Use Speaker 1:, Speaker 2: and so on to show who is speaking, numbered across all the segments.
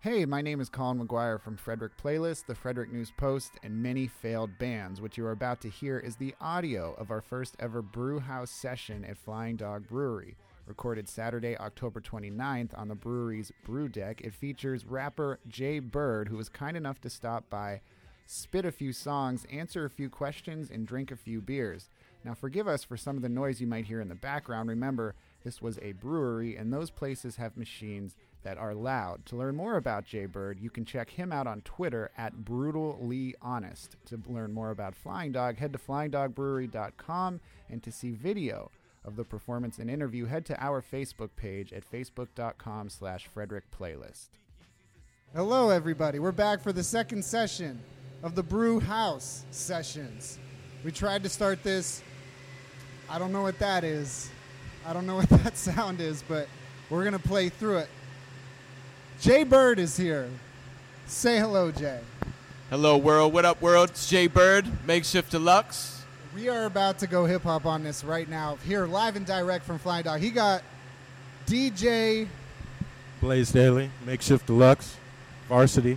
Speaker 1: Hey, my name is Colin McGuire from Frederick Playlist, the Frederick News Post, and many failed bands. What you are about to hear is the audio of our first ever brew house session at Flying Dog Brewery. Recorded Saturday, October 29th on the brewery's brew deck, it features rapper Jay Bird, who was kind enough to stop by, spit a few songs, answer a few questions, and drink a few beers. Now, forgive us for some of the noise you might hear in the background. Remember, this was a brewery, and those places have machines that are loud. To learn more about Jay Bird, you can check him out on Twitter at brutally honest. To learn more about Flying Dog, head to flyingdogbrewery.com, and to see video of the performance and interview, head to our Facebook page at facebook.com slash Frederick Playlist.
Speaker 2: Hello, everybody. We're back for the second session of the Brew House sessions. We tried to start this. I don't know what that is. I don't know what that sound is, but we're going to play through it. Jay Bird is here. Say hello, Jay.
Speaker 3: Hello, world. What up, world? It's Jay Bird, Makeshift Deluxe.
Speaker 2: We are about to go hip hop on this right now. Here, live and direct from Flying Dog. He got DJ.
Speaker 4: Blaze Daily, Makeshift Deluxe, Varsity.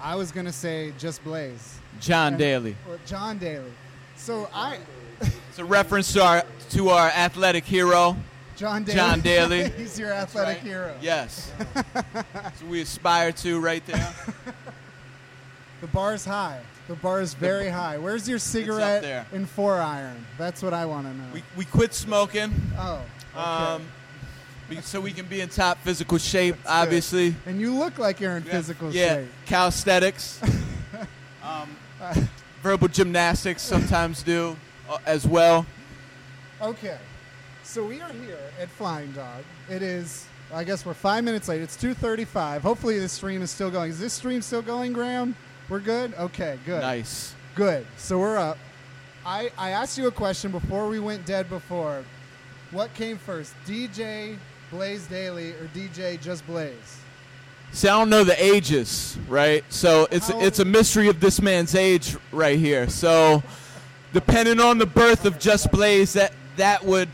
Speaker 2: I was gonna say just Blaze.
Speaker 3: John Daly.
Speaker 2: Or John Daly. So I,
Speaker 3: It's a reference to our to our athletic hero.
Speaker 2: John Daly.
Speaker 3: John Daly.
Speaker 2: He's your athletic
Speaker 3: Right?
Speaker 2: hero.
Speaker 3: Yes. so we aspire to right there.
Speaker 2: The bar's high. The bar is very high. Where's your cigarette
Speaker 3: there.
Speaker 2: and four iron? That's what I want to know.
Speaker 3: We we quit smoking.
Speaker 2: oh. Okay.
Speaker 3: Um we- so we can be in top physical shape,
Speaker 2: That's good.
Speaker 3: obviously.
Speaker 2: and you look like you're in
Speaker 3: Yeah.
Speaker 2: physical
Speaker 3: yeah.
Speaker 2: shape.
Speaker 3: Calisthenics. um, verbal gymnastics sometimes do uh, as well.
Speaker 2: Okay. So we are here at Flying Dog. It is I guess we're five minutes late. It's two thirty five. Hopefully this stream is still going. Is this stream still going, Graham? We're good? Okay, good.
Speaker 3: Nice.
Speaker 2: Good. So we're up. I, I asked you a question before we went dead before. What came first? DJ Blaze Daily or DJ Just Blaze?
Speaker 3: See, I don't know the ages, right? So it's
Speaker 2: How-
Speaker 3: it's a mystery of this man's age right here. So, depending on the birth of Just Blaze, that that would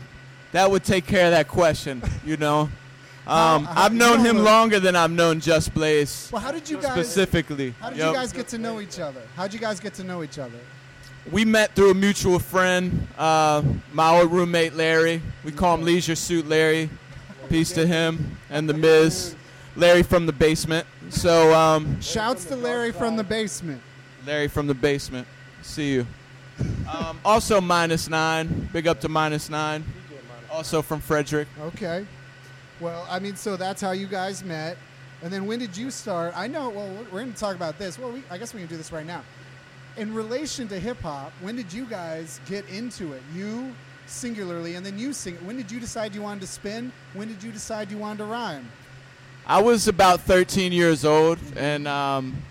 Speaker 3: that would take care of that question, you know. Um,
Speaker 2: How- how-
Speaker 3: I've known
Speaker 2: you
Speaker 3: him
Speaker 2: know-
Speaker 3: longer than I've known Just Blaze
Speaker 2: Well, how did you guys
Speaker 3: specifically.
Speaker 2: How did you
Speaker 3: Yep.
Speaker 2: guys get to know each other? How'd you guys get to know each other?
Speaker 3: We met through a mutual friend, uh, my old roommate Larry. We call him Leisure Suit Larry. Peace to him and the Miz, Larry from the basement. So, um,
Speaker 2: Shouts to Larry from the basement.
Speaker 3: Larry from the basement. See you. Um, also minus nine. Big up to minus nine. Also from Frederick.
Speaker 2: Okay. Well, I mean, so that's how you guys met. And then when did you start? I know, well, we're- we're going to talk about this. Well, we, I guess we can do this right now. In relation to hip hop, when did you guys get into it? You singularly, and then you sing. When did you decide you wanted to spin? When did you decide you wanted to rhyme?
Speaker 3: I was about 13 years old, and um,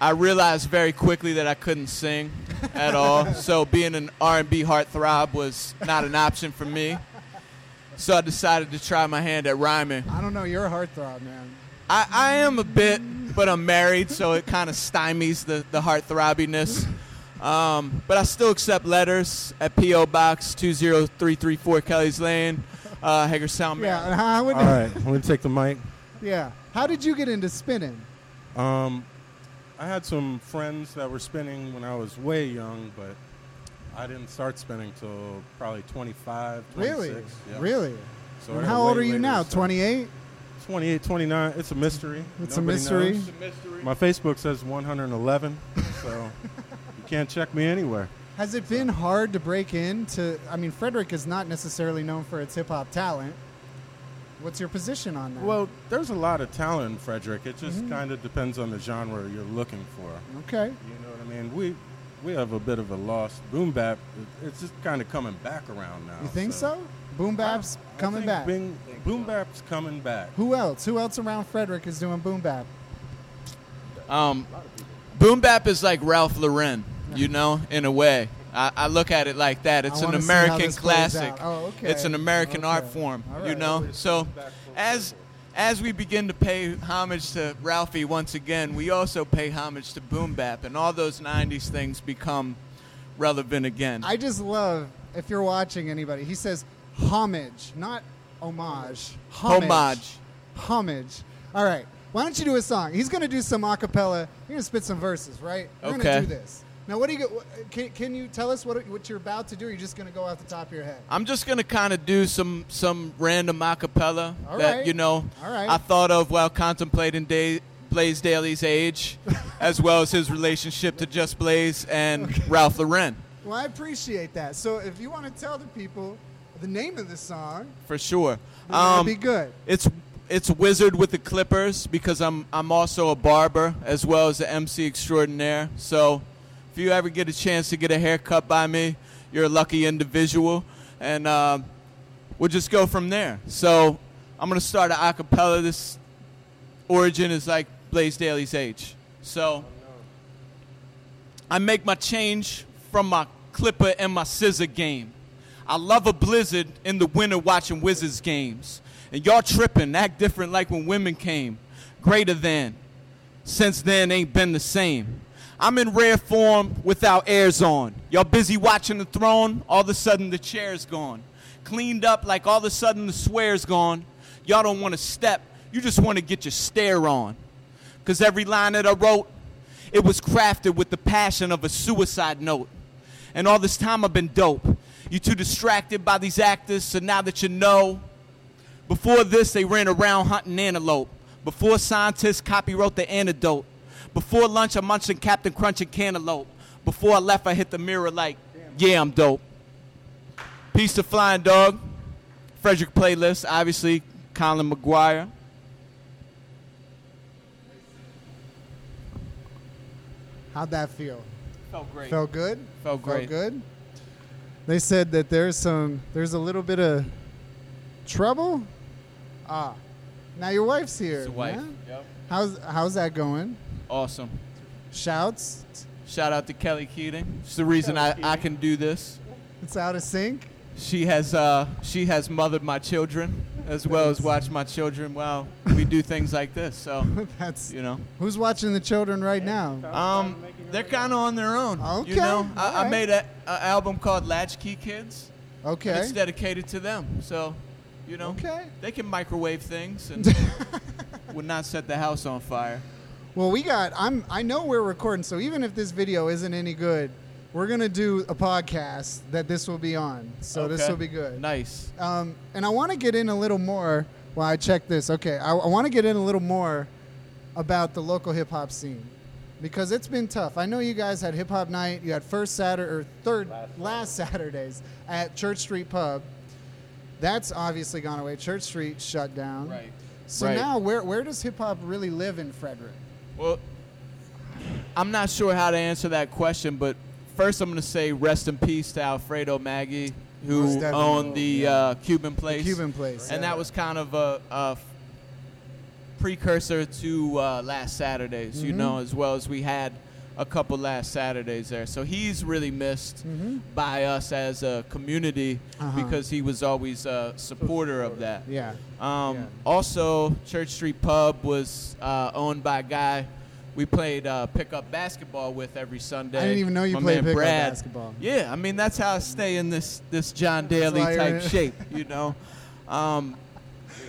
Speaker 3: I realized very quickly that I couldn't sing at all. so being an R&B heartthrob was not an option for me. So I decided to try my hand at rhyming.
Speaker 2: I don't know. You're a heartthrob, man.
Speaker 3: I, I am a bit, but I'm married, so it kind of stymies the, the heart throbbiness. Um, but I still accept letters at P.O. Box 20334 Kelly's Lane, uh, Hagerstown,
Speaker 2: Yeah.
Speaker 3: Maryland.
Speaker 2: and How would,
Speaker 4: All right, I'm gonna take the mic.
Speaker 2: Yeah. How did you get into spinning?
Speaker 4: Um, I had some friends that were spinning when I was way young, but I didn't start spinning till probably 25, 26.
Speaker 2: Really?
Speaker 4: yeah.
Speaker 2: Really?
Speaker 4: So
Speaker 2: and
Speaker 4: I
Speaker 2: how
Speaker 4: way
Speaker 2: old are you
Speaker 4: later
Speaker 2: now?
Speaker 4: started.
Speaker 2: 28?
Speaker 4: 28, 29. It's a mystery.
Speaker 2: It's a
Speaker 4: Nobody
Speaker 2: mystery.
Speaker 4: knows. My Facebook says 111, so you can't check me anywhere.
Speaker 2: Has it been hard to break into? I mean, Frederick is not necessarily known for its hip hop talent. What's your position on that?
Speaker 4: Well, there's a lot of talent in Frederick. It just
Speaker 2: Mm-hmm.
Speaker 4: kind of depends on the genre you're looking for.
Speaker 2: okay,
Speaker 4: You know what I mean? We we have a bit of a lost boom bap. It- It's just kind of coming back around now.
Speaker 2: you think so? Boom Bap's
Speaker 4: I
Speaker 2: coming
Speaker 4: think
Speaker 2: back.
Speaker 4: Bing, boom bap's coming back.
Speaker 2: Who else? Who else around Frederick is doing Boom Bap?
Speaker 3: Um, boom bap is like Ralph Lauren, you know, in a way. I, I look at it like that. It's
Speaker 2: I
Speaker 3: an
Speaker 2: wanna see how
Speaker 3: American
Speaker 2: this plays
Speaker 3: classic.
Speaker 2: out. Oh, okay.
Speaker 3: It's an American art
Speaker 2: Okay.
Speaker 3: form,
Speaker 2: All
Speaker 3: you
Speaker 2: right.
Speaker 3: know. So, as as we begin to pay homage to Ralphie once again, we also pay homage to boom bap, and all those '90s things become relevant again.
Speaker 2: I just love if you're watching anybody. He says homage, not homage. Homage.
Speaker 3: Homage.
Speaker 2: Homage. All right. Why don't you do a song? He's going to do some acapella. You're going to spit some verses, right? We're
Speaker 3: Okay.
Speaker 2: going to do this. Now, what do you go- wh- can, can you tell us what what you're about to do? Or you're just going to go off the top of your head.
Speaker 3: I'm just gonna kind of do some some random acapella
Speaker 2: All
Speaker 3: that
Speaker 2: right.
Speaker 3: you know
Speaker 2: All right.
Speaker 3: I thought of while contemplating Day- Blaze Daly's age, as well as his relationship to Just Blaze and Ralph Lauren.
Speaker 2: Well, I appreciate that. So, if you want to tell the people the name of the song,
Speaker 3: for sure.
Speaker 2: that'd
Speaker 3: Um,
Speaker 2: be good.
Speaker 3: It's it's Wizard with the Clippers because I'm I'm also a barber as well as an MC extraordinaire. So if you ever get a chance to get a haircut by me, you're a lucky individual, and um, we'll just go from there. So I'm gonna start an acapella. This origin is like Blaze Daly's age. So I make my change from my clipper and my scissor game. I love a blizzard in the winter watching Wizards games. And y'all tripping, act different like when women came. Greater than. Since then ain't been the same. I'm in rare form without airs on. Y'all busy watching the throne, all of a sudden the chair's gone. Cleaned up like all of a sudden the swear's gone. Y'all don't want to step, you just want to get your stare on. Cause every line that I wrote, it was crafted with the passion of a suicide note. And all this time I've been dope. You too distracted by these actors, so now that you know. Before this, they ran around hunting antelope. Before scientists copywrote the antidote. Before lunch, I munched on Captain Crunch and cantaloupe. Before I left, I hit the mirror like, yeah, I'm dope. Peace to Flying Dog. Frederick Playlist, obviously, Colin McGuire.
Speaker 2: How'd that feel?
Speaker 3: Felt great.
Speaker 2: Felt good.
Speaker 3: Felt great.
Speaker 2: good. They said that there's some there's a little bit of trouble. Ah, now your wife's here.
Speaker 3: It's a wife.
Speaker 2: man.
Speaker 3: Yep.
Speaker 2: How's how's that going?
Speaker 3: Awesome.
Speaker 2: Shouts.
Speaker 3: Shout out to Kelly Keating. She's the reason I, I can do this.
Speaker 2: It's out of sync.
Speaker 3: She has uh, she has mothered my children as well as watched my children while we do things like this. So
Speaker 2: That's
Speaker 3: you know,
Speaker 2: who's watching the children right now.
Speaker 3: um, they're kind of on their own.
Speaker 2: Okay,
Speaker 3: You know, I, I
Speaker 2: alright.
Speaker 3: made an album called Latchkey Kids. And
Speaker 2: Okay.
Speaker 3: it's dedicated to them. So you know,
Speaker 2: Okay.
Speaker 3: they can microwave things and would not set the house on fire.
Speaker 2: Well, we got. I'm. I know we're recording, so even if this video isn't any good, we're gonna do a podcast that this will be on. So this
Speaker 3: Okay.
Speaker 2: will be good.
Speaker 3: Nice.
Speaker 2: Um, and I want to get in a little more while I check this. Okay, I, I want to get in a little more about the local hip hop scene because it's been tough. I know you guys had hip hop night. You had first Saturday or third last, Saturdays at Church Street Pub. That's obviously gone away. Church Street shut down.
Speaker 3: Right.
Speaker 2: So
Speaker 3: Right.
Speaker 2: now, where where does hip hop really live in Frederick?
Speaker 3: Well, I'm not sure how to answer that question, but first I'm going to say rest in peace to Alfredo Maggi,
Speaker 2: Most
Speaker 3: who
Speaker 2: definitely.
Speaker 3: owned the uh, Cuban Place.
Speaker 2: Cuban Place.
Speaker 3: And that was kind of a, a f- precursor to uh, last Saturdays, you
Speaker 2: Mm-hmm.
Speaker 3: know, as well as we had a couple last Saturdays there. So he's really missed by us as a community
Speaker 2: Mm-hmm. Uh-huh.
Speaker 3: because he was always a supporter of that.
Speaker 2: yeah.
Speaker 3: Um,
Speaker 2: Yeah.
Speaker 3: Also, Church Street Pub was uh, owned by a guy we played uh, pickup basketball with every Sunday.
Speaker 2: I didn't even know you
Speaker 3: My
Speaker 2: played
Speaker 3: man
Speaker 2: pickup
Speaker 3: Brad.
Speaker 2: basketball.
Speaker 3: Yeah, I mean that's how I stay in this this John Daly
Speaker 2: why you're
Speaker 3: type
Speaker 2: in-
Speaker 3: shape, you know. Um,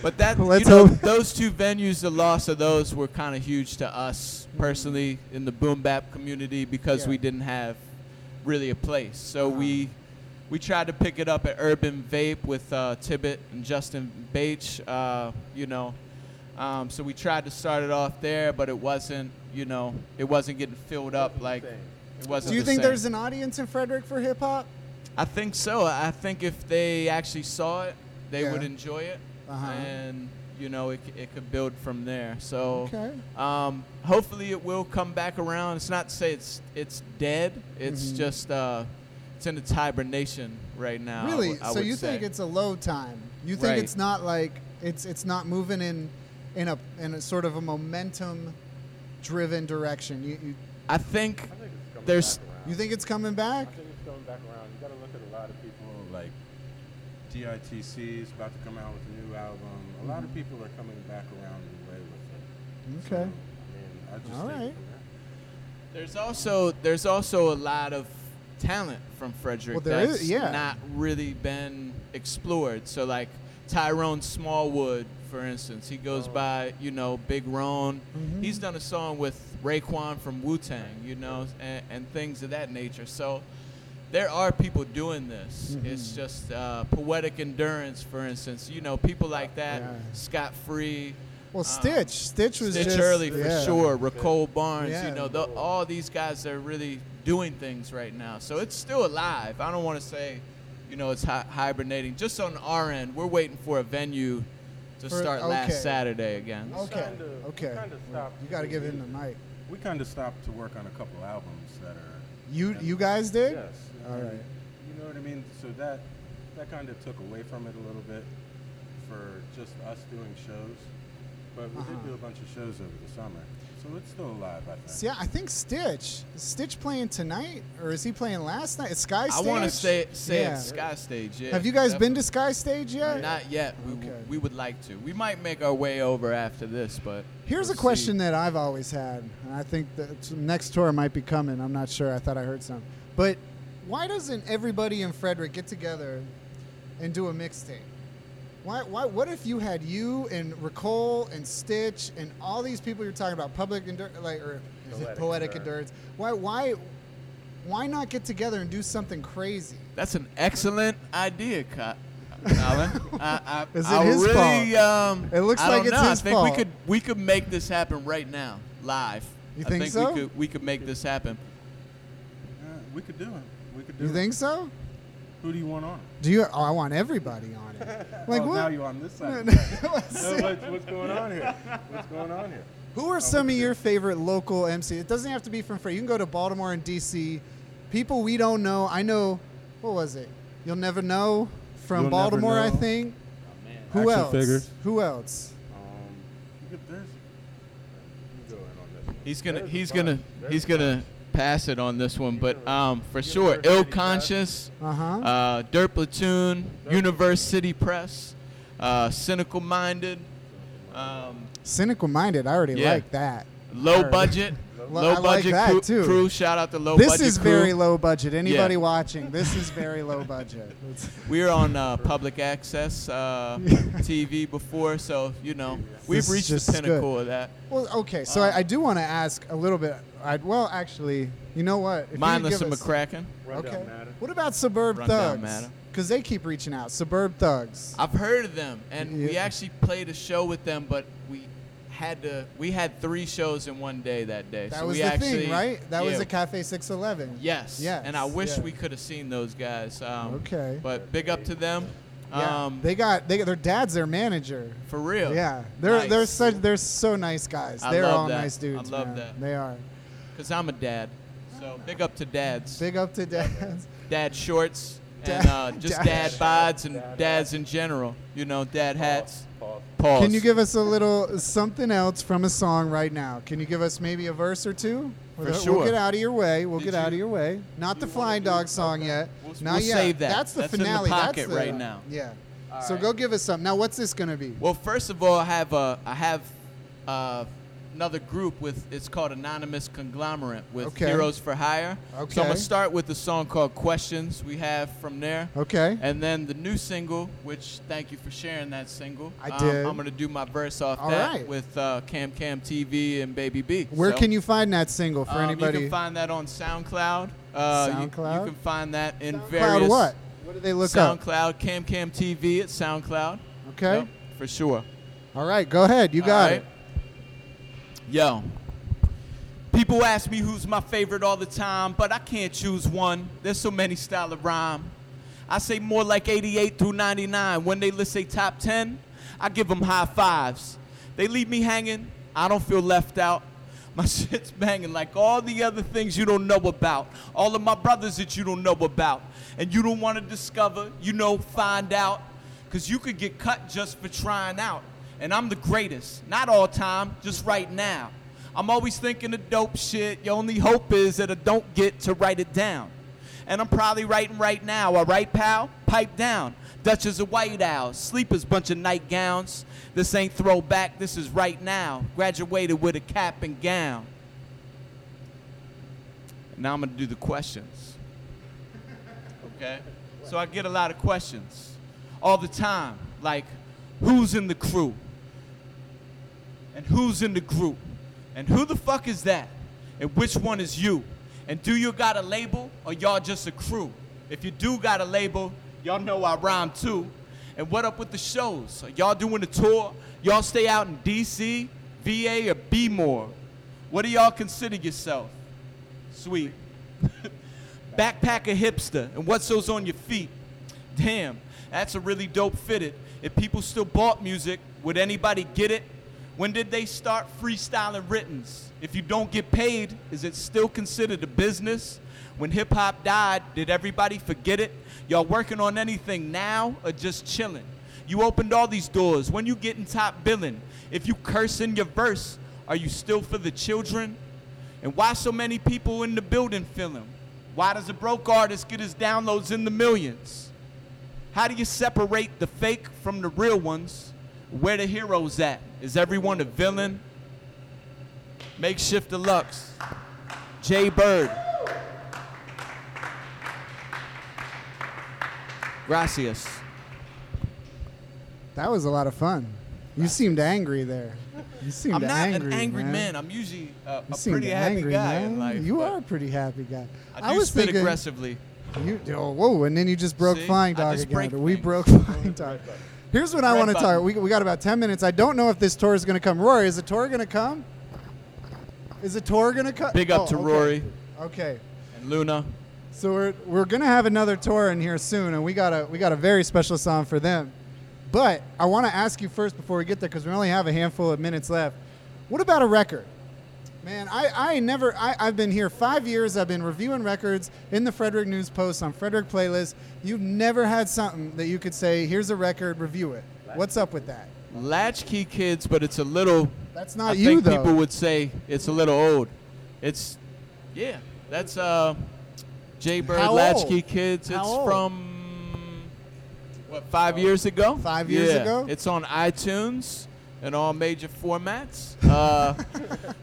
Speaker 3: but that
Speaker 2: Let's
Speaker 3: you know
Speaker 2: hope-
Speaker 3: those two venues, the loss of those were kind of huge to us personally in the boom bap community because
Speaker 2: Yeah.
Speaker 3: we didn't have really a place. So we we tried to pick it up at Urban Vape with uh, Tibbet and Justin Bache, uh, you know. Um, so we tried to start it off there, but it wasn't, you know, it wasn't getting filled up like it wasn't.
Speaker 2: Do you
Speaker 3: the
Speaker 2: think
Speaker 3: same.
Speaker 2: there's an audience in Frederick for hip hop?
Speaker 3: I think so. I think if they actually saw it, they
Speaker 2: Yeah.
Speaker 3: would enjoy it,
Speaker 2: Uh-huh.
Speaker 3: and you know, it c- it could build from there. So.
Speaker 2: Okay.
Speaker 3: Um, hopefully it will come back around. It's not to say it's it's dead. It's
Speaker 2: Mm-hmm.
Speaker 3: just uh, it's in its hibernation right now. I
Speaker 2: Really?
Speaker 3: would- I
Speaker 2: so
Speaker 3: would
Speaker 2: you
Speaker 3: say.
Speaker 2: think it's a low time? You think
Speaker 3: Right.
Speaker 2: it's not like it's it's not moving in in a in a sort of a momentum driven direction. You, you
Speaker 3: I think
Speaker 4: I think it's coming
Speaker 3: There's-
Speaker 4: back around.
Speaker 2: you think it's coming back?
Speaker 4: I think it's coming back around. You got to look at a lot of people like DITC is about to come out with a new album. A lot of people are coming back around in a way with it. So, I
Speaker 2: Mm-hmm. Okay.
Speaker 4: mean, I just
Speaker 2: All
Speaker 4: think
Speaker 2: right.
Speaker 3: there's also there's also a lot of talent from Frederick
Speaker 2: Well, there is-
Speaker 3: that's
Speaker 2: yeah.
Speaker 3: not really been explored. So like Tyrone Smallwood, for instance, he goes
Speaker 2: Oh.
Speaker 3: by you know Big Ron.
Speaker 2: Mm-hmm.
Speaker 3: He's done a song with Raekwon from Wu Tang, you know, and, and things of that nature. So there are people doing this.
Speaker 2: Mm-hmm.
Speaker 3: It's just uh, poetic endurance, for instance. You know, people like that,
Speaker 2: Uh, Yeah.
Speaker 3: Scott Free.
Speaker 2: Well, Stitch, Stitch was
Speaker 3: Um, Stitch
Speaker 2: just
Speaker 3: Early for
Speaker 2: yeah.
Speaker 3: sure. Ricole Barnes,
Speaker 2: Yeah.
Speaker 3: you know, the, all these guys are really doing things right now. So it's still alive. I don't want to say, you know, it's hi- hibernating. Just on our end, we're waiting for a venue to
Speaker 2: For-
Speaker 3: start
Speaker 2: okay.
Speaker 3: last Saturday again.
Speaker 2: Okay,
Speaker 4: Kinda-
Speaker 2: okay.
Speaker 4: kinda stopped
Speaker 2: You got to
Speaker 4: to
Speaker 2: give
Speaker 4: do
Speaker 2: him the mic.
Speaker 4: We kind of stopped to work on a couple albums that are.
Speaker 2: You you guys did?
Speaker 4: Yes.
Speaker 2: All
Speaker 4: and
Speaker 2: right.
Speaker 4: You know what I mean? So that that kind of took away from it a little bit for just us doing shows. But we
Speaker 2: Uh-huh.
Speaker 4: did do a bunch of shows over the summer, so it's still alive, I think.
Speaker 2: See, I think Stitch. Is Stitch playing tonight, or is he playing last night? It's Sky
Speaker 3: I
Speaker 2: Stage.
Speaker 3: want to say say
Speaker 2: Yeah.
Speaker 3: it's Sky Stage. Yeah.
Speaker 2: Have you guys been to
Speaker 3: definitely.
Speaker 2: Sky Stage yet?
Speaker 3: Not yet. We,
Speaker 2: Okay.
Speaker 3: we would like to. We might make our way over after this, but
Speaker 2: Here's
Speaker 3: we'll
Speaker 2: a question
Speaker 3: see.
Speaker 2: that I've always had, and I think the t- next tour might be coming. I'm not sure. I thought I heard some, but why doesn't everybody in Frederick get together and do a mixtape? Why, why? What if you had you and Ricole and Stitch and all these people you're talking about, public endur- like or is it
Speaker 4: Poetic
Speaker 2: poetic endurance?
Speaker 4: Endurance.
Speaker 2: Why, why, why not get together and do something crazy?
Speaker 3: That's an excellent idea, Co- Colin. I, I,
Speaker 2: Is it
Speaker 3: I
Speaker 2: his
Speaker 3: really, Um,
Speaker 2: It looks
Speaker 3: I don't
Speaker 2: like it's
Speaker 3: know.
Speaker 2: his
Speaker 3: I think
Speaker 2: fault.
Speaker 3: we could we could make this happen right now, live.
Speaker 2: You
Speaker 3: I
Speaker 2: think
Speaker 3: think,
Speaker 2: so?
Speaker 3: we could we could make this happen.
Speaker 4: Yeah, we could do it. We could do
Speaker 2: You
Speaker 4: it.
Speaker 2: think so?
Speaker 4: Who do you want on? it?
Speaker 2: Do you? Oh, I want everybody on it. Like
Speaker 4: oh,
Speaker 2: what?
Speaker 4: Now you're on this side.
Speaker 2: Let's
Speaker 4: Uh,
Speaker 2: see.
Speaker 4: what's, what's going on here? What's going on here?
Speaker 2: Who are some of your favorite local MC? It doesn't have to be from Fred. You can go to Baltimore and DC. People we don't know. I know. What was it? You'll never know from
Speaker 4: You'll Never
Speaker 2: Baltimore. I
Speaker 4: Know.
Speaker 2: think.
Speaker 5: man.
Speaker 2: Who
Speaker 4: Action
Speaker 2: else?
Speaker 4: figures.
Speaker 2: Who else?
Speaker 4: Um, you could- there's. you go in on this one.
Speaker 3: He's gonna
Speaker 4: There's a
Speaker 3: he's
Speaker 4: bunch.
Speaker 3: gonna
Speaker 4: There's
Speaker 3: he's
Speaker 4: a bunch.
Speaker 3: gonna pass it on this one, but um for
Speaker 4: Universe
Speaker 3: sure,
Speaker 4: City
Speaker 3: ill
Speaker 4: Press.
Speaker 3: conscious,
Speaker 2: Uh-huh.
Speaker 3: uh, Dirt Platoon, Universe City Press, uh, Cynical Minded, um,
Speaker 2: Cynical minded. I already
Speaker 3: Yeah.
Speaker 2: like that.
Speaker 3: Low
Speaker 2: Alright.
Speaker 3: Budget,
Speaker 2: Well, I
Speaker 3: Low
Speaker 2: like
Speaker 3: Budget
Speaker 2: that,
Speaker 3: cru-
Speaker 2: too.
Speaker 3: Crew. Shout out to Low
Speaker 2: this
Speaker 3: Budget
Speaker 2: is
Speaker 3: Crew.
Speaker 2: very low budget. Anybody
Speaker 3: Yeah.
Speaker 2: watching? This is very low budget. It's-
Speaker 3: We were on uh, public access uh, TV before, so you know we've
Speaker 2: This is
Speaker 3: reached
Speaker 2: just as
Speaker 3: the
Speaker 2: good.
Speaker 3: pinnacle of that.
Speaker 2: well, okay.
Speaker 3: Uh,
Speaker 2: So I, I do want to ask a little bit. I, well, actually, you know what? If you could
Speaker 3: Mindless
Speaker 2: give
Speaker 3: and
Speaker 2: us-
Speaker 3: McCracken.
Speaker 4: Rundown matter.
Speaker 2: What about Suburb
Speaker 3: Rundown
Speaker 2: Thugs?
Speaker 3: matter.
Speaker 2: Because they keep reaching out. Suburb Thugs.
Speaker 3: I've heard of them, and we
Speaker 2: Yeah.
Speaker 3: actually played a show with them, but we had to. We had three shows in one day that day.
Speaker 2: That
Speaker 3: so
Speaker 2: was
Speaker 3: we
Speaker 2: the
Speaker 3: actually,
Speaker 2: thing, right? That was
Speaker 3: yeah.
Speaker 2: a Cafe 611.
Speaker 3: Yes.
Speaker 2: Yes,
Speaker 3: And I wish
Speaker 2: yeah.
Speaker 3: we could have seen those guys. Um,
Speaker 2: Okay.
Speaker 3: But big up to them.
Speaker 2: Yeah.
Speaker 3: Um,
Speaker 2: they got they, their dad's their manager.
Speaker 3: for real.
Speaker 2: Yeah, they're
Speaker 3: nice.
Speaker 2: they're such they're so nice guys.
Speaker 3: I
Speaker 2: they're
Speaker 3: love
Speaker 2: all
Speaker 3: that.
Speaker 2: nice dudes.
Speaker 3: I love
Speaker 2: man.
Speaker 3: that.
Speaker 2: They are.
Speaker 3: Cause I'm a dad, so big up to dads.
Speaker 2: Big up to dads.
Speaker 3: dad shorts
Speaker 2: Dad-
Speaker 3: and uh, just
Speaker 2: dad-
Speaker 3: dad, bods and dads in general. You know, dad hats.
Speaker 4: Pause.
Speaker 3: Pause.
Speaker 2: Can you give us a little something else from a song right now? Can you give us maybe a verse or two?
Speaker 3: For
Speaker 2: We'll
Speaker 3: sure.
Speaker 2: get out of your way. We'll
Speaker 3: Did
Speaker 2: get out of
Speaker 3: you-
Speaker 2: your way. Not the Flying Dog song yet.
Speaker 3: We'll-
Speaker 2: Not
Speaker 3: we'll
Speaker 2: yet.
Speaker 3: save that.
Speaker 2: That's the
Speaker 3: That's in the
Speaker 2: finale. That's
Speaker 3: pocket
Speaker 2: the-
Speaker 3: right now.
Speaker 2: Yeah. so
Speaker 3: right.
Speaker 2: go give us some. Now, what's this going to be?
Speaker 3: Well, first of all, I have a I have uh, another group with it's called Anonymous Conglomerate with
Speaker 2: Okay.
Speaker 3: Heroes for Hire. So I'm
Speaker 2: Okay.
Speaker 3: gonna start with the song called Questions we have from there.
Speaker 2: Okay.
Speaker 3: And then the new single, which thank you for sharing that single. Um,
Speaker 2: I did.
Speaker 3: I'm gonna do my verse off
Speaker 2: All
Speaker 3: that
Speaker 2: right.
Speaker 3: with uh, Cam Cam TV and Baby B.
Speaker 2: Where
Speaker 3: So-
Speaker 2: can you find that single for
Speaker 3: Um,
Speaker 2: anybody?
Speaker 3: You can find that on SoundCloud. Uh, you-
Speaker 2: SoundCloud?
Speaker 3: You, can find that in
Speaker 2: Cloud
Speaker 3: various
Speaker 2: what? What do they look up?
Speaker 3: SoundCloud, Cam Cam TV at SoundCloud.
Speaker 2: Okay.
Speaker 3: Yep, for sure.
Speaker 2: All right, go ahead. You got
Speaker 3: Alright.
Speaker 2: it.
Speaker 3: Yo. People ask me who's my favorite all the time, but I can't choose one. There's so many style of rhyme. I say more like 88 through 99. When they list a top 10, I give them high fives. They leave me hanging. I don't feel left out. My shit's banging like all the other things you don't know about. All of my brothers that you don't know about. And you don't want to discover, you know, find out. Cause you could get cut just for trying out. And I'm the greatest, not all time, just right now. I'm always thinking of dope shit. Your only hope is that I don't get to write it down. And I'm probably writing right now, alright, pal? Pipe down. Duchess of White Owls, sleepers, bunch of nightgowns. This ain't throwback, this is right now. Graduated with a cap and gown. Now I'm gonna do the questions. Okay? So I get a lot of questions all the time, like, who's in the crew? and who's in the group and who the fuck is that and which one is you and do you got a label or y'all just a crew if you do got a label y'all know i rhyme too and what up with the shows are y'all doing a tour y'all stay out in dc va or bmore what do y'all consider yourself sweet backpacker hipster and what's those on your feet damn that's a really dope fitted if people still bought music would anybody get it when did they start freestyling writtens if you don't get paid is it still considered a business when hip-hop died did everybody forget it y'all working on anything now or just chilling you opened all these doors when you getting top billing if you curse in your verse are you still for the children and why so many people in the building feeling? Why does a broke artist get his downloads in the millions? How do you separate the fake from the real ones? Where the heroes at? Is everyone a villain? Makeshift Deluxe, Jay Bird. Gracias.
Speaker 2: That was a lot of fun. You seemed angry there. You seemed
Speaker 3: I'm not
Speaker 2: angry,
Speaker 3: an angry man.
Speaker 2: man.
Speaker 3: I'm usually a,
Speaker 2: You
Speaker 3: a
Speaker 2: seemed
Speaker 3: pretty happy
Speaker 2: angry,
Speaker 3: guy.
Speaker 2: man.
Speaker 3: in life,
Speaker 2: you
Speaker 3: but
Speaker 2: are a pretty happy guy.
Speaker 3: I do spin aggressively.
Speaker 2: You, oh, whoa, and then you just broke
Speaker 3: See?
Speaker 2: Flying
Speaker 3: I
Speaker 2: Dog
Speaker 3: just
Speaker 2: again.
Speaker 3: break
Speaker 2: We
Speaker 3: things.
Speaker 2: broke Flying Dog. Here's what I
Speaker 3: Red
Speaker 2: want to
Speaker 3: button.
Speaker 2: talk. We, we got about 10 minutes. I don't know if this tour is going to come. Rory, is the tour going to come? Is the tour going to come?
Speaker 3: Big up to
Speaker 2: okay.
Speaker 3: Rory
Speaker 2: Okay.
Speaker 3: and Luna.
Speaker 2: So we're, we're going to have another tour in here soon, and we got a, we got a very special song for them. But I want to ask you first before we get there, because we only have a handful of minutes left. What about a record? Man, I, I never, I, I've been here five years. I've been reviewing records in the Frederick News Post on Frederick Playlist. You've never had something that you could say, here's a record, review it. What's up with that?
Speaker 3: Latchkey Kids, but it's a little.
Speaker 2: That's not
Speaker 3: I
Speaker 2: you,
Speaker 3: think
Speaker 2: though.
Speaker 3: people would say it's a little old. It's, yeah, that's uh, Jay Bird,
Speaker 2: How
Speaker 3: Latchkey
Speaker 2: old?
Speaker 3: Kids. It's
Speaker 2: How old?
Speaker 3: from what five years ago?
Speaker 2: Five years
Speaker 3: Yeah,
Speaker 2: ago?
Speaker 3: It's on iTunes and all major formats. Uh,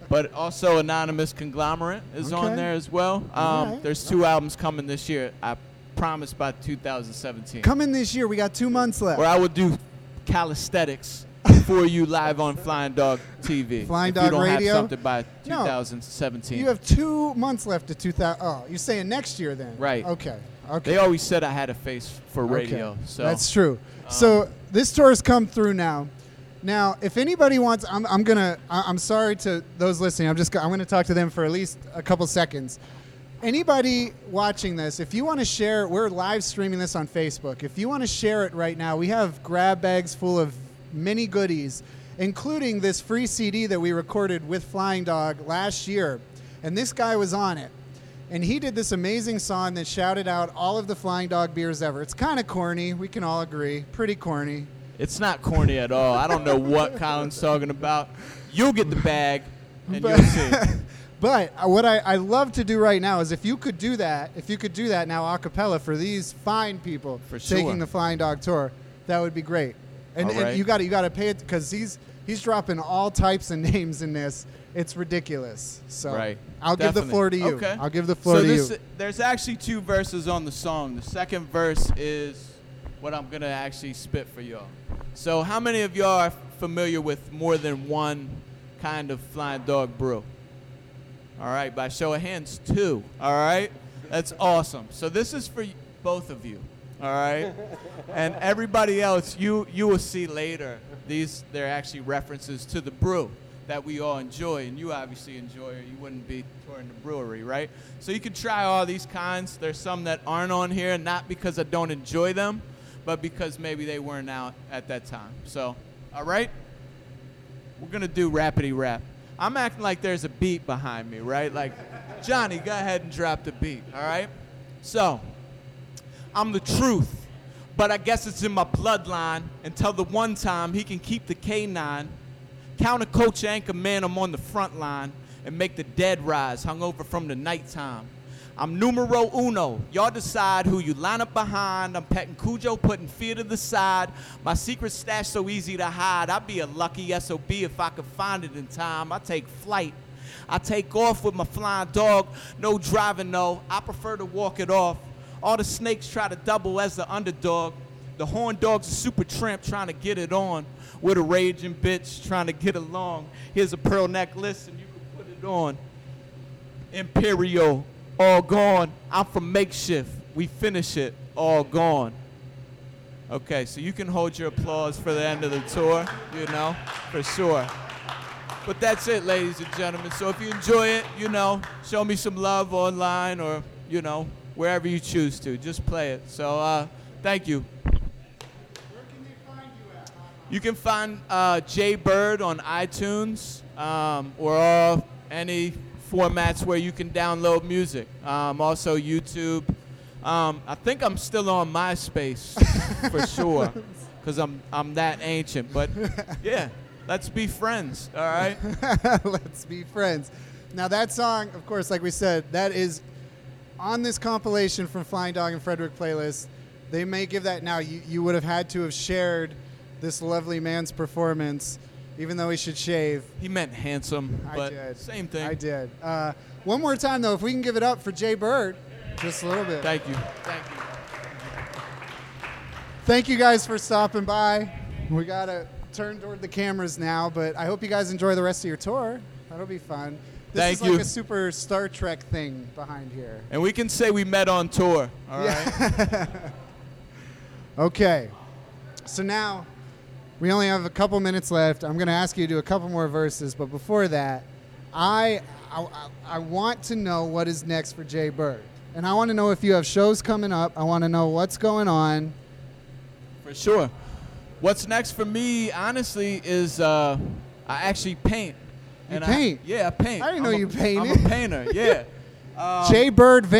Speaker 3: but also Anonymous Conglomerate is
Speaker 2: Okay.
Speaker 3: on there as well. Um,
Speaker 2: Alright.
Speaker 3: There's two albums coming this year. I promise by 2017
Speaker 2: Coming this year, we got two months left.
Speaker 3: where I will do calisthenics for you live on Flying Dog TV.
Speaker 2: Flying
Speaker 3: if
Speaker 2: Dog
Speaker 3: you don't
Speaker 2: Radio?
Speaker 3: Have something by
Speaker 2: No.
Speaker 3: 2017.
Speaker 2: You have two months left to 2000. Oh, you're saying next year then?
Speaker 3: Right.
Speaker 2: Okay. Okay.
Speaker 3: they always said I had a face for radio,
Speaker 2: Okay.
Speaker 3: so Um,
Speaker 2: that's true. so this tour has come through now. Now, if anybody wants, I'm, I'm gonna. I- I'm sorry to those listening. I'm just. go- I'm gonna talk to them for at least a couple seconds. Anybody watching this, if you want to share, we're live streaming this on Facebook. If you want to share it right now, we have grab bags full of many goodies, including this free CD that we recorded with Flying Dog last year, and this guy was on it. And he did this amazing song that shouted out all of the Flying Dog beers ever. It's kind of corny, we can all agree. Pretty corny.
Speaker 3: it's not corny at all. I don't know what Colin's talking about. You'll get the bag, and
Speaker 2: But-
Speaker 3: you'll see.
Speaker 2: But uh, what I, I love to do right now is if you could do that, if you could do that now a cappella for these fine people
Speaker 3: For sure.
Speaker 2: taking the Flying Dog tour, that would be great. And,
Speaker 3: All
Speaker 2: and
Speaker 3: right.
Speaker 2: you got to you got to pay it because he's he's dropping all types of names in this. It's ridiculous. So
Speaker 3: Right.
Speaker 2: I'll give
Speaker 3: Definitely.
Speaker 2: the floor to you.
Speaker 3: Okay.
Speaker 2: I'll give the floor
Speaker 3: so
Speaker 2: to
Speaker 3: this,
Speaker 2: you.
Speaker 3: There's actually two verses on the song. The second verse is what I'm gonna actually spit for y'all. So how many of y'all are familiar with more than one kind of flying dog brew? All right, by show of hands, two. All right, that's awesome. So this is for y- both of you. All right, and everybody else, you you will see later. These they're actually references to the brew that we all enjoy, and you obviously enjoy, or you wouldn't be touring the brewery, right? So you can try all these kinds. There's some that aren't on here, not because I don't enjoy them, but because maybe they weren't out at that time. So, all right. We're gonna do rapidy rap. I'm acting like there's a beat behind me, right? Like, Johnny, go ahead and drop the beat, all right? So, I'm the truth, but I guess it's in my bloodline until the one time he can keep the K9. Counterculture anchor man, I'm on the front line and make the dead rise, hungover from the nighttime. I'm numero uno. Y'all decide who you line up behind. I'm petting Cujo, putting fear to the side. My secret stash so easy to hide. I'd be a lucky SOB if I could find it in time. I take flight. I take off with my flying dog. No driving, no. I prefer to walk it off. All the snakes try to double as the underdog. The horn dogs are super tramp trying to get it on with a raging bitch trying to get along. Here's a pearl necklace and you can put it on. Imperial, all gone. I'm from makeshift. We finish it, all gone. Okay, so you can hold your applause for the end of the tour, you know, for sure. But that's it, ladies and gentlemen. So if you enjoy it, you know, show me some love online or, you know, wherever you choose to. Just play it. So uh, thank you. You can find uh, Jay Bird on iTunes um, or all, any formats where you can download music. Um, also, YouTube. Um, I think I'm still on MySpace for sure because I'm, I'm that ancient. But yeah, let's be friends, all right?
Speaker 2: Let's be friends. Now that song, of course, like we said, that is on this compilation from Flying Dog and Frederick playlist. They may give that now. You, you would have had to have shared this lovely man's performance, even though he should shave.
Speaker 3: He meant handsome,
Speaker 2: I
Speaker 3: but
Speaker 2: did.
Speaker 3: same thing.
Speaker 2: I did. Uh, one more time though, if we can give it up for Jay Bird, just a little bit.
Speaker 3: Thank you. Thank you.
Speaker 2: Thank you guys for stopping by. We gotta turn toward the cameras now, but I hope you guys enjoy the rest of your tour. That'll be fun. This
Speaker 3: Thank
Speaker 2: is like
Speaker 3: you.
Speaker 2: a super Star Trek thing behind here.
Speaker 3: And we can say we met on tour, all right?
Speaker 2: Okay. So now we only have a couple minutes left. I'm going to ask you to do a couple more verses, but before that, I, I I- I want to know what is next for Jay Bird. And I want to know if you have shows coming up. I want to know what's going on.
Speaker 3: For sure. What's next for me, honestly, is uh, I actually paint.
Speaker 2: You paint?
Speaker 3: I, yeah, I paint.
Speaker 2: I didn't
Speaker 3: I'm
Speaker 2: know
Speaker 3: a-
Speaker 2: you
Speaker 3: I'm
Speaker 2: painted.
Speaker 3: a painter. Yeah. Um,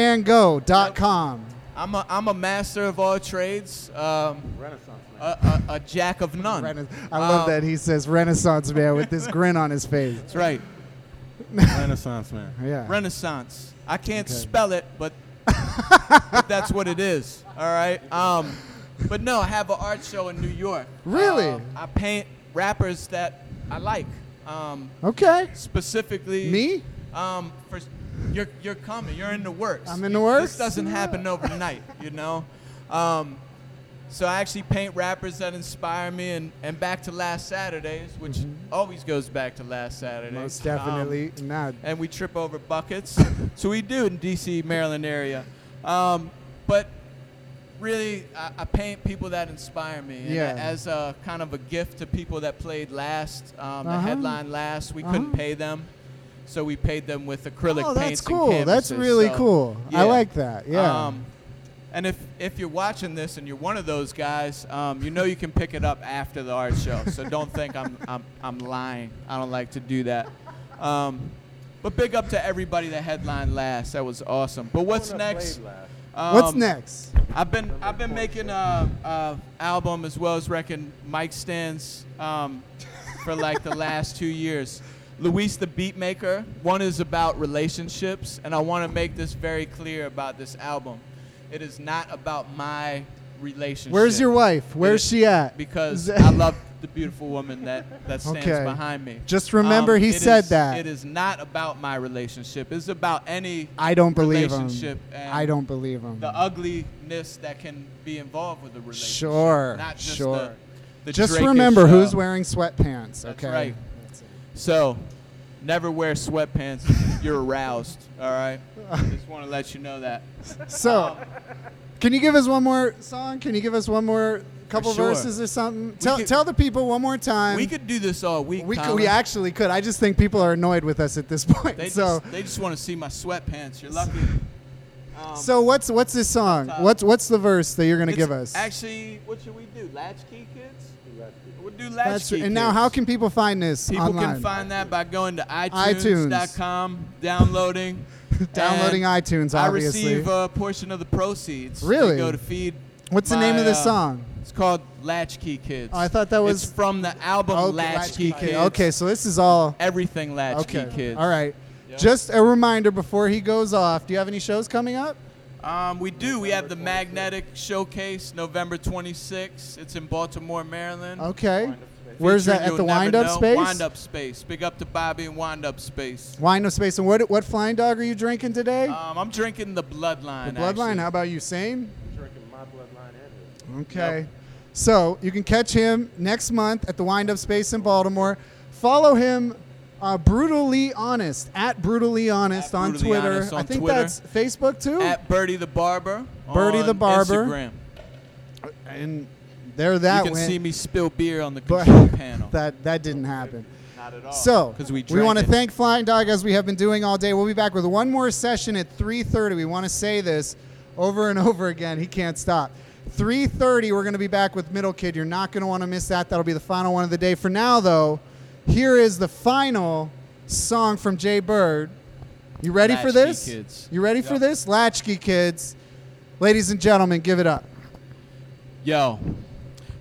Speaker 2: jaybirdvango.com.
Speaker 3: I'm a I'm a master of all trades. Um,
Speaker 4: Renaissance man.
Speaker 3: a, a, a jack of none.
Speaker 2: Rena- I love
Speaker 3: Um,
Speaker 2: that he says Renaissance man with this grin on his face.
Speaker 3: That's right.
Speaker 4: Renaissance man.
Speaker 2: Yeah.
Speaker 3: Renaissance. I can't spell it, but, but that's what it is. All right. Um, but no, I have an art show in New York.
Speaker 2: Really?
Speaker 3: Um, I paint rappers that I like. Um,
Speaker 2: okay.
Speaker 3: specifically
Speaker 2: Me?
Speaker 3: Um, for you're you're coming. You're in the works.
Speaker 2: I'm in the works?
Speaker 3: This doesn't happen overnight, you know. Um, so I actually paint rappers that inspire me, and and back to last Saturdays, which always goes back to last Saturdays.
Speaker 2: Mm-hmm. Most
Speaker 3: Um,
Speaker 2: definitely not.
Speaker 3: and we trip over buckets. so we do in D.C., Maryland area. Um, but really, I, I paint people that inspire me. And
Speaker 2: Yeah.
Speaker 3: As a kind of a gift to people that played last, um, the
Speaker 2: Uh-huh.
Speaker 3: headline last, we
Speaker 2: Uh-huh.
Speaker 3: couldn't pay them. So we paid them with acrylic
Speaker 2: Oh, that's
Speaker 3: paints and
Speaker 2: cool. That's
Speaker 3: canvases.
Speaker 2: really
Speaker 3: So,
Speaker 2: cool.
Speaker 3: yeah.
Speaker 2: I like that. Yeah.
Speaker 3: Um, and if, if you're watching this and you're one of those guys, um, you know you can pick it up after the art show. So don't think I'm, I'm, I'm lying. I don't like to do that. Um, but big up to everybody that headlined last. That was awesome. But what's
Speaker 4: Wanna play
Speaker 3: next?
Speaker 4: last.
Speaker 3: Um,
Speaker 2: What's next?
Speaker 3: I've been I've been making a, a album as well as wrecking mic stands um, for like the last two years. Luis the Beatmaker. One is about relationships, and I want to make this very clear about this album. It is not about my relationship.
Speaker 2: Where's your wife? Where's
Speaker 3: It-
Speaker 2: she at?
Speaker 3: Because
Speaker 2: Is-
Speaker 3: I love the beautiful woman that that stands
Speaker 2: Okay.
Speaker 3: behind me. Um,
Speaker 2: Just remember he
Speaker 3: it is-
Speaker 2: said that.
Speaker 3: It is not about my relationship. It's about any
Speaker 2: I don't believe him.
Speaker 3: relationship. and
Speaker 2: I don't believe him.
Speaker 3: the ugliness that can be involved with the relationship.
Speaker 2: Sure,
Speaker 3: not just
Speaker 2: sure.
Speaker 3: The, the
Speaker 2: Just
Speaker 3: drakish,
Speaker 2: remember
Speaker 3: uh,
Speaker 2: who's wearing sweatpants.
Speaker 3: That's
Speaker 2: okay.
Speaker 3: right. So, never wear sweatpants. if You're aroused. All right. Just want to let you know that. Um,
Speaker 2: So, can you give us one more song? Can you give us one more couple
Speaker 3: sure.
Speaker 2: verses or something? Tell,
Speaker 3: could-
Speaker 2: tell the people one more time.
Speaker 3: we could do this all week.
Speaker 2: We, could,
Speaker 3: Colin.
Speaker 2: we actually could. I just think people are annoyed with us at this point.
Speaker 3: They
Speaker 2: so
Speaker 3: just, they just want to see my sweatpants. You're lucky. Um, uh,
Speaker 2: so what's what's this song? What's what's the verse that you're gonna
Speaker 3: it's
Speaker 2: give us?
Speaker 3: Actually, what should we do? Latchkey kids. We'll do latchkey.
Speaker 2: That's true.
Speaker 3: kids.
Speaker 2: And now, how can people find this
Speaker 3: People
Speaker 2: online?
Speaker 3: can find that by going to
Speaker 2: iTunes.
Speaker 3: iTunes.com, downloading,
Speaker 2: Downloading
Speaker 3: and
Speaker 2: iTunes, obviously.
Speaker 3: I receive uh, a portion of the proceeds. that
Speaker 2: Really?
Speaker 3: go to feed.
Speaker 2: What's the name
Speaker 3: my,
Speaker 2: of this
Speaker 3: uh,
Speaker 2: song?
Speaker 3: It's called Latchkey Kids.
Speaker 2: Oh, I thought that was-
Speaker 3: It's from the album
Speaker 2: Okay,
Speaker 3: Latchkey,
Speaker 2: Oh, Latchkey Kid.
Speaker 3: Kids.
Speaker 2: Okay, so this is all
Speaker 3: Everything Latchkey
Speaker 2: okay.
Speaker 3: Kids.
Speaker 2: All right.
Speaker 3: Yep.
Speaker 2: Just a reminder before he goes off. Do you have any shows coming up?
Speaker 3: Um, we do. We have the Magnetic Showcase November 26th. It's in Baltimore, Maryland.
Speaker 2: Okay.
Speaker 4: Space.
Speaker 2: Where's
Speaker 3: Featuring
Speaker 2: that at
Speaker 3: You'll
Speaker 2: the
Speaker 3: Never
Speaker 2: Wind Up
Speaker 3: Know-
Speaker 2: Space?
Speaker 3: Wind Up Space. Big up to Bobby and Wind Up Space.
Speaker 2: Wind Up Space. And what what flying dog are you drinking today?
Speaker 3: Um, I'm drinking the Bloodline.
Speaker 2: Bloodline.
Speaker 3: actually.
Speaker 2: How about you? Same.
Speaker 4: Drinking my bloodline and his.
Speaker 2: Okay. So you can catch him next month at the Wind Up Space in Baltimore. Follow him, uh, brutally honest at brutally honest on
Speaker 3: Brutally
Speaker 2: Twitter.
Speaker 3: Honest on
Speaker 2: I think
Speaker 3: Twitter.
Speaker 2: that's Facebook too.
Speaker 3: At Birdie the Barber.
Speaker 2: Birdie the
Speaker 3: on
Speaker 2: Barber.
Speaker 3: Instagram.
Speaker 2: and there that
Speaker 3: you can
Speaker 2: went.
Speaker 3: see me spill beer on the
Speaker 2: but
Speaker 3: control panel.
Speaker 2: that that didn't happen.
Speaker 3: Not at all.
Speaker 2: So
Speaker 3: because we
Speaker 2: we
Speaker 3: drank
Speaker 2: want to
Speaker 3: it.
Speaker 2: thank Flying Dog as we have been doing all day. We'll be back with one more session at 3:30. We want to say this over and over again. He can't stop. 3:30. We're going to be back with Middle Kid. You're not going to want to miss that. That'll be the final one of the day. For now, though, here is the final song from Jay Bird. You ready for
Speaker 3: Latchkey
Speaker 2: this?
Speaker 3: Kids.
Speaker 2: You ready for this? Latchkey Kids, ladies and gentlemen, give it up.
Speaker 3: Yo,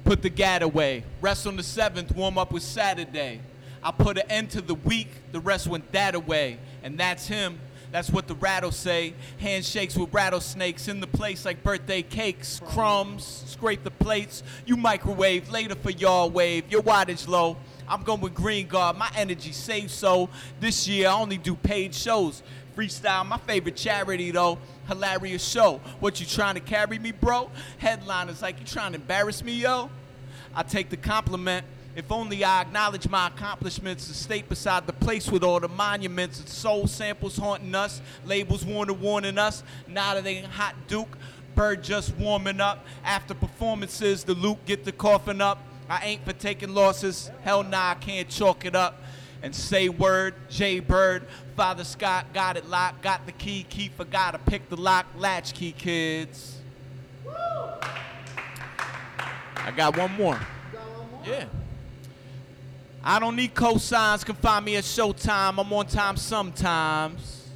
Speaker 3: put the gat away. Rest on the seventh, warm up with Saturday. I put an end to the week, the rest went that away. And that's him, that's what the rattles say. Handshakes with rattlesnakes in the place like birthday cakes. Crumbs, scrape the plates. You microwave, later for y'all wave. Your wattage low. I'm going with Green Guard, my energy safe so. This year I only do paid shows. Freestyle, my favorite charity though. Hilarious show. What you trying to carry me, bro? Headliners like you trying to embarrass me, yo. I take the compliment. If only I acknowledge my accomplishments and state beside the place with all the monuments and soul samples haunting us, labels warning, warning us. Now that ain't hot Duke, bird just warming up. After performances, the loot get the coughing up. I ain't for taking losses. Hell nah, I can't chalk it up. And say word, Jay Bird, Father Scott got it locked, got the key, key forgot to pick the lock, latchkey kids. I got one more. Yeah. I don't need cosigns, can find me at Showtime. I'm on time sometimes.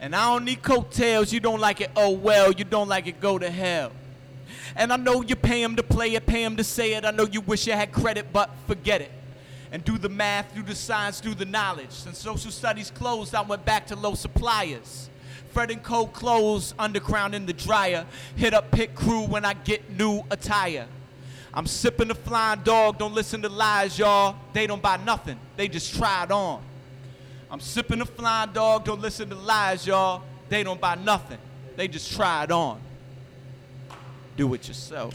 Speaker 3: And I don't need coattails, you don't like it, oh well, you don't like it, go to hell. And I know you pay 'em to play it, pay 'em to say it. I know you wish you had credit, but forget it. And do the math, do the science, do the knowledge. Since social studies closed, I went back to low suppliers. Fred and cold clothes, underground in the dryer. Hit up pit crew when I get new attire. I'm sipping the flying dog, don't listen to lies, y'all. They don't buy nothing, they just try it on. I'm sipping the flying dog, don't listen to lies, y'all. They don't buy nothing, they just try it on. Do it yourself.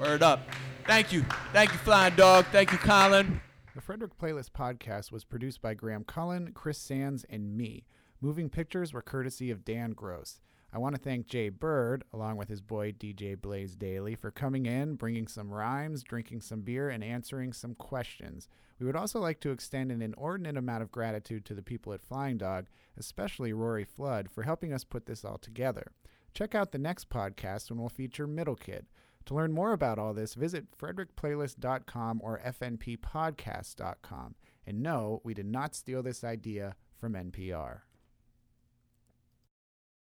Speaker 3: Word up. Thank you. Thank you, Flying Dog. Thank you, Colin.
Speaker 1: The Frederick Playlist podcast was produced by Graham Cullen, Chris Sands, and me. Moving pictures were courtesy of Dan Gross. I want to thank Jay Bird, along with his boy DJ Blaze Daly, for coming in, bringing some rhymes, drinking some beer, and answering some questions. We would also like to extend an inordinate amount of gratitude to the people at Flying Dog, especially Rory Flood, for helping us put this all together. Check out the next podcast when we'll feature Middle Kid. To learn more about all this, visit frederickplaylist.com or fnppodcast.com. And no, we did not steal this idea from NPR.